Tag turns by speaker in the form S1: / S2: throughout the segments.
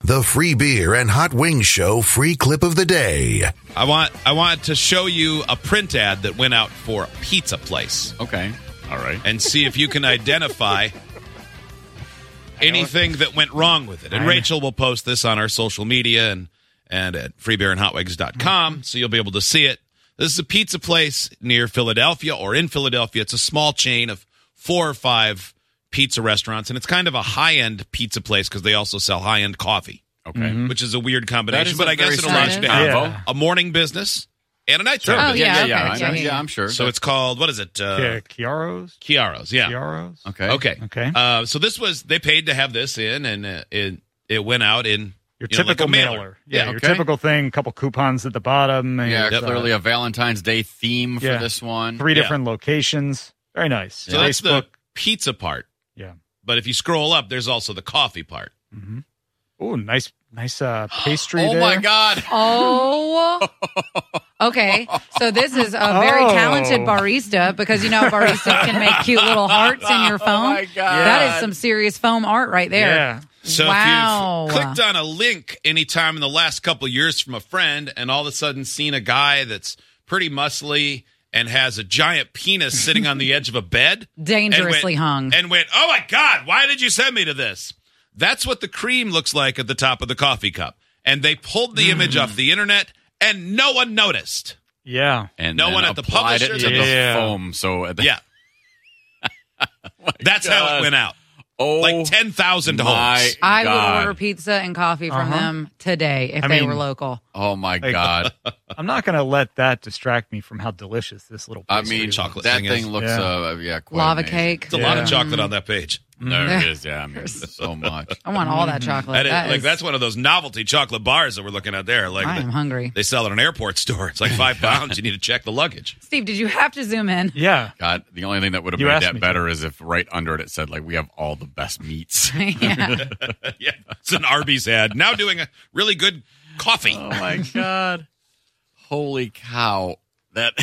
S1: The free beer and hot wings show free clip of the day.
S2: I want I want to show you a print ad that went out for a pizza place
S3: Okay. All right.
S2: and see if you can identify anything that went wrong with it. And
S3: I'm-
S2: Rachel will post this on our social media and and at freebeerandhotwigs.com so you'll be able to see it. This is a pizza place near Philadelphia or in Philadelphia. It's a small chain of four or five pizza restaurants and it's kind of a high-end pizza place because they also sell high-end coffee,
S3: Okay.
S4: Mm-hmm.
S2: which is a weird
S3: That
S2: combination,
S3: is
S2: but
S3: a
S2: I guess
S3: very
S2: it'll launch
S3: strange
S2: down.
S3: combo.
S4: Yeah.
S2: A morning business and a nighttime
S3: Sure. Oh,
S2: business.
S3: yeah, yeah, yeah,
S5: yeah, okay,
S3: I-
S5: yeah,
S3: yeah,
S5: yeah.
S3: I'm sure.
S2: So it's called what is it? Uh,
S4: Yeah, Chiaros.
S2: Chiaros. Yeah.
S4: Chiaros.
S3: okay.
S2: Okay.
S4: Okay.
S2: Uh, so this was they paid to have this in, and uh, it it went out in
S4: Your
S2: you know, like
S4: typical
S2: a
S4: mailer. Yeah,
S2: Yeah.
S4: your
S3: okay.
S4: typical thing. Couple coupons at the bottom. And,
S3: Yeah,
S2: Yep.
S4: uh,
S3: clearly a Valentine's Day theme for
S4: Yeah.
S3: this one.
S4: three
S2: Yeah.
S4: different locations. Very nice.
S2: So that's the
S4: Facebook.
S2: pizza part.
S4: Yeah.
S2: But if you scroll up, there's also the coffee part.
S4: hmm Oh, nice, nice uh, pastry.
S3: Oh
S4: there.
S3: my God!
S5: Oh. Okay. So this is a very
S4: Oh.
S5: talented barista because you know baristas can make cute little hearts in your phone.
S3: Oh my God!
S5: That is some serious foam art right there.
S4: Yeah.
S2: So
S5: wow.
S2: if you've clicked on a link anytime in the last couple years from a friend, and all of a sudden seen a guy that's pretty muscly and has a giant penis sitting on the edge of a bed.
S5: Dangerously
S2: and went,
S5: hung.
S2: And went, oh my God, why did you send me to this? That's what the cream looks like at the top of the coffee cup. And they pulled the image off the internet and no one noticed.
S4: Yeah.
S3: And
S2: No
S3: then
S2: one at the
S3: applied
S2: publisher-
S3: it to
S4: Yeah.
S3: the foam. So at the,
S2: Yeah. That's how it
S3: God.
S2: went out.
S3: oh,
S2: Like 10,000
S3: my
S2: homes.
S3: God.
S5: I would order pizza and coffee from
S4: Uh-huh.
S5: them today if
S4: I
S5: they
S4: mean-
S5: were local.
S3: Oh my
S4: Like-
S3: God!
S4: I'm not going to let that distract me from how delicious this little.
S3: I
S4: pastry
S3: mean,
S4: was.
S2: chocolate
S3: that
S2: thing
S3: thing,
S2: is-
S3: looks,
S4: Yeah.
S3: uh, yeah, quite
S5: Lava
S3: amazing.
S5: cake.
S2: It's a lot of
S4: Yeah.
S2: chocolate on that page.
S3: There it is. Mm-hmm. Yeah, I mean, so much.
S5: I want all that chocolate.
S2: Mm-hmm. That is,
S5: That
S2: like
S5: is-
S2: that's one of those novelty chocolate bars that we're looking at there. Like
S5: I am
S2: the-
S5: hungry.
S2: they sell at an airport store. It's like five pounds. You need to check the luggage.
S5: Steve, did you have to zoom in?
S4: Yeah.
S3: God, the only thing that would have
S4: You
S3: made
S4: asked
S3: that
S4: me to.
S3: better is if right under it it said like we have all the best meats.
S5: yeah.
S2: yeah, it's an Arby's ad. Now doing a really good coffee.
S3: oh my God! Holy cow! That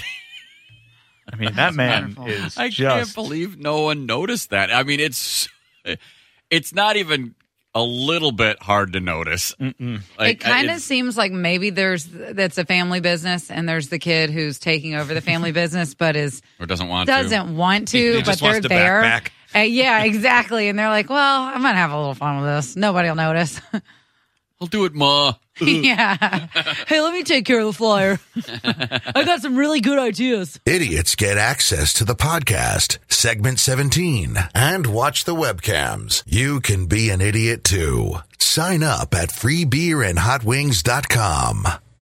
S4: I mean, that man
S5: wonderful.
S4: is
S3: I can't
S4: just.
S3: believe no one noticed that. I mean, it's it's not even a little bit hard to notice.
S4: Mm-mm.
S3: Like,
S5: it kind of
S3: it's-
S5: seems like maybe there's that's a family business and there's the kid who's taking over the family business but is
S3: or doesn't want to.
S5: doesn't want to,
S2: He- he
S5: but
S2: just
S5: they're
S2: wants to back
S5: there.
S2: back.
S5: Uh, yeah, exactly. And they're like, "Well, I'm gonna have a little fun with this. Nobody'll notice."
S3: I'll do it, ma.
S5: yeah. hey, let me take care of the flyer. I got some really good ideas.
S1: Idiots get access to the podcast, segment 17, and watch the webcams. You can be an idiot too. Sign up at freebeerandhotwings.com.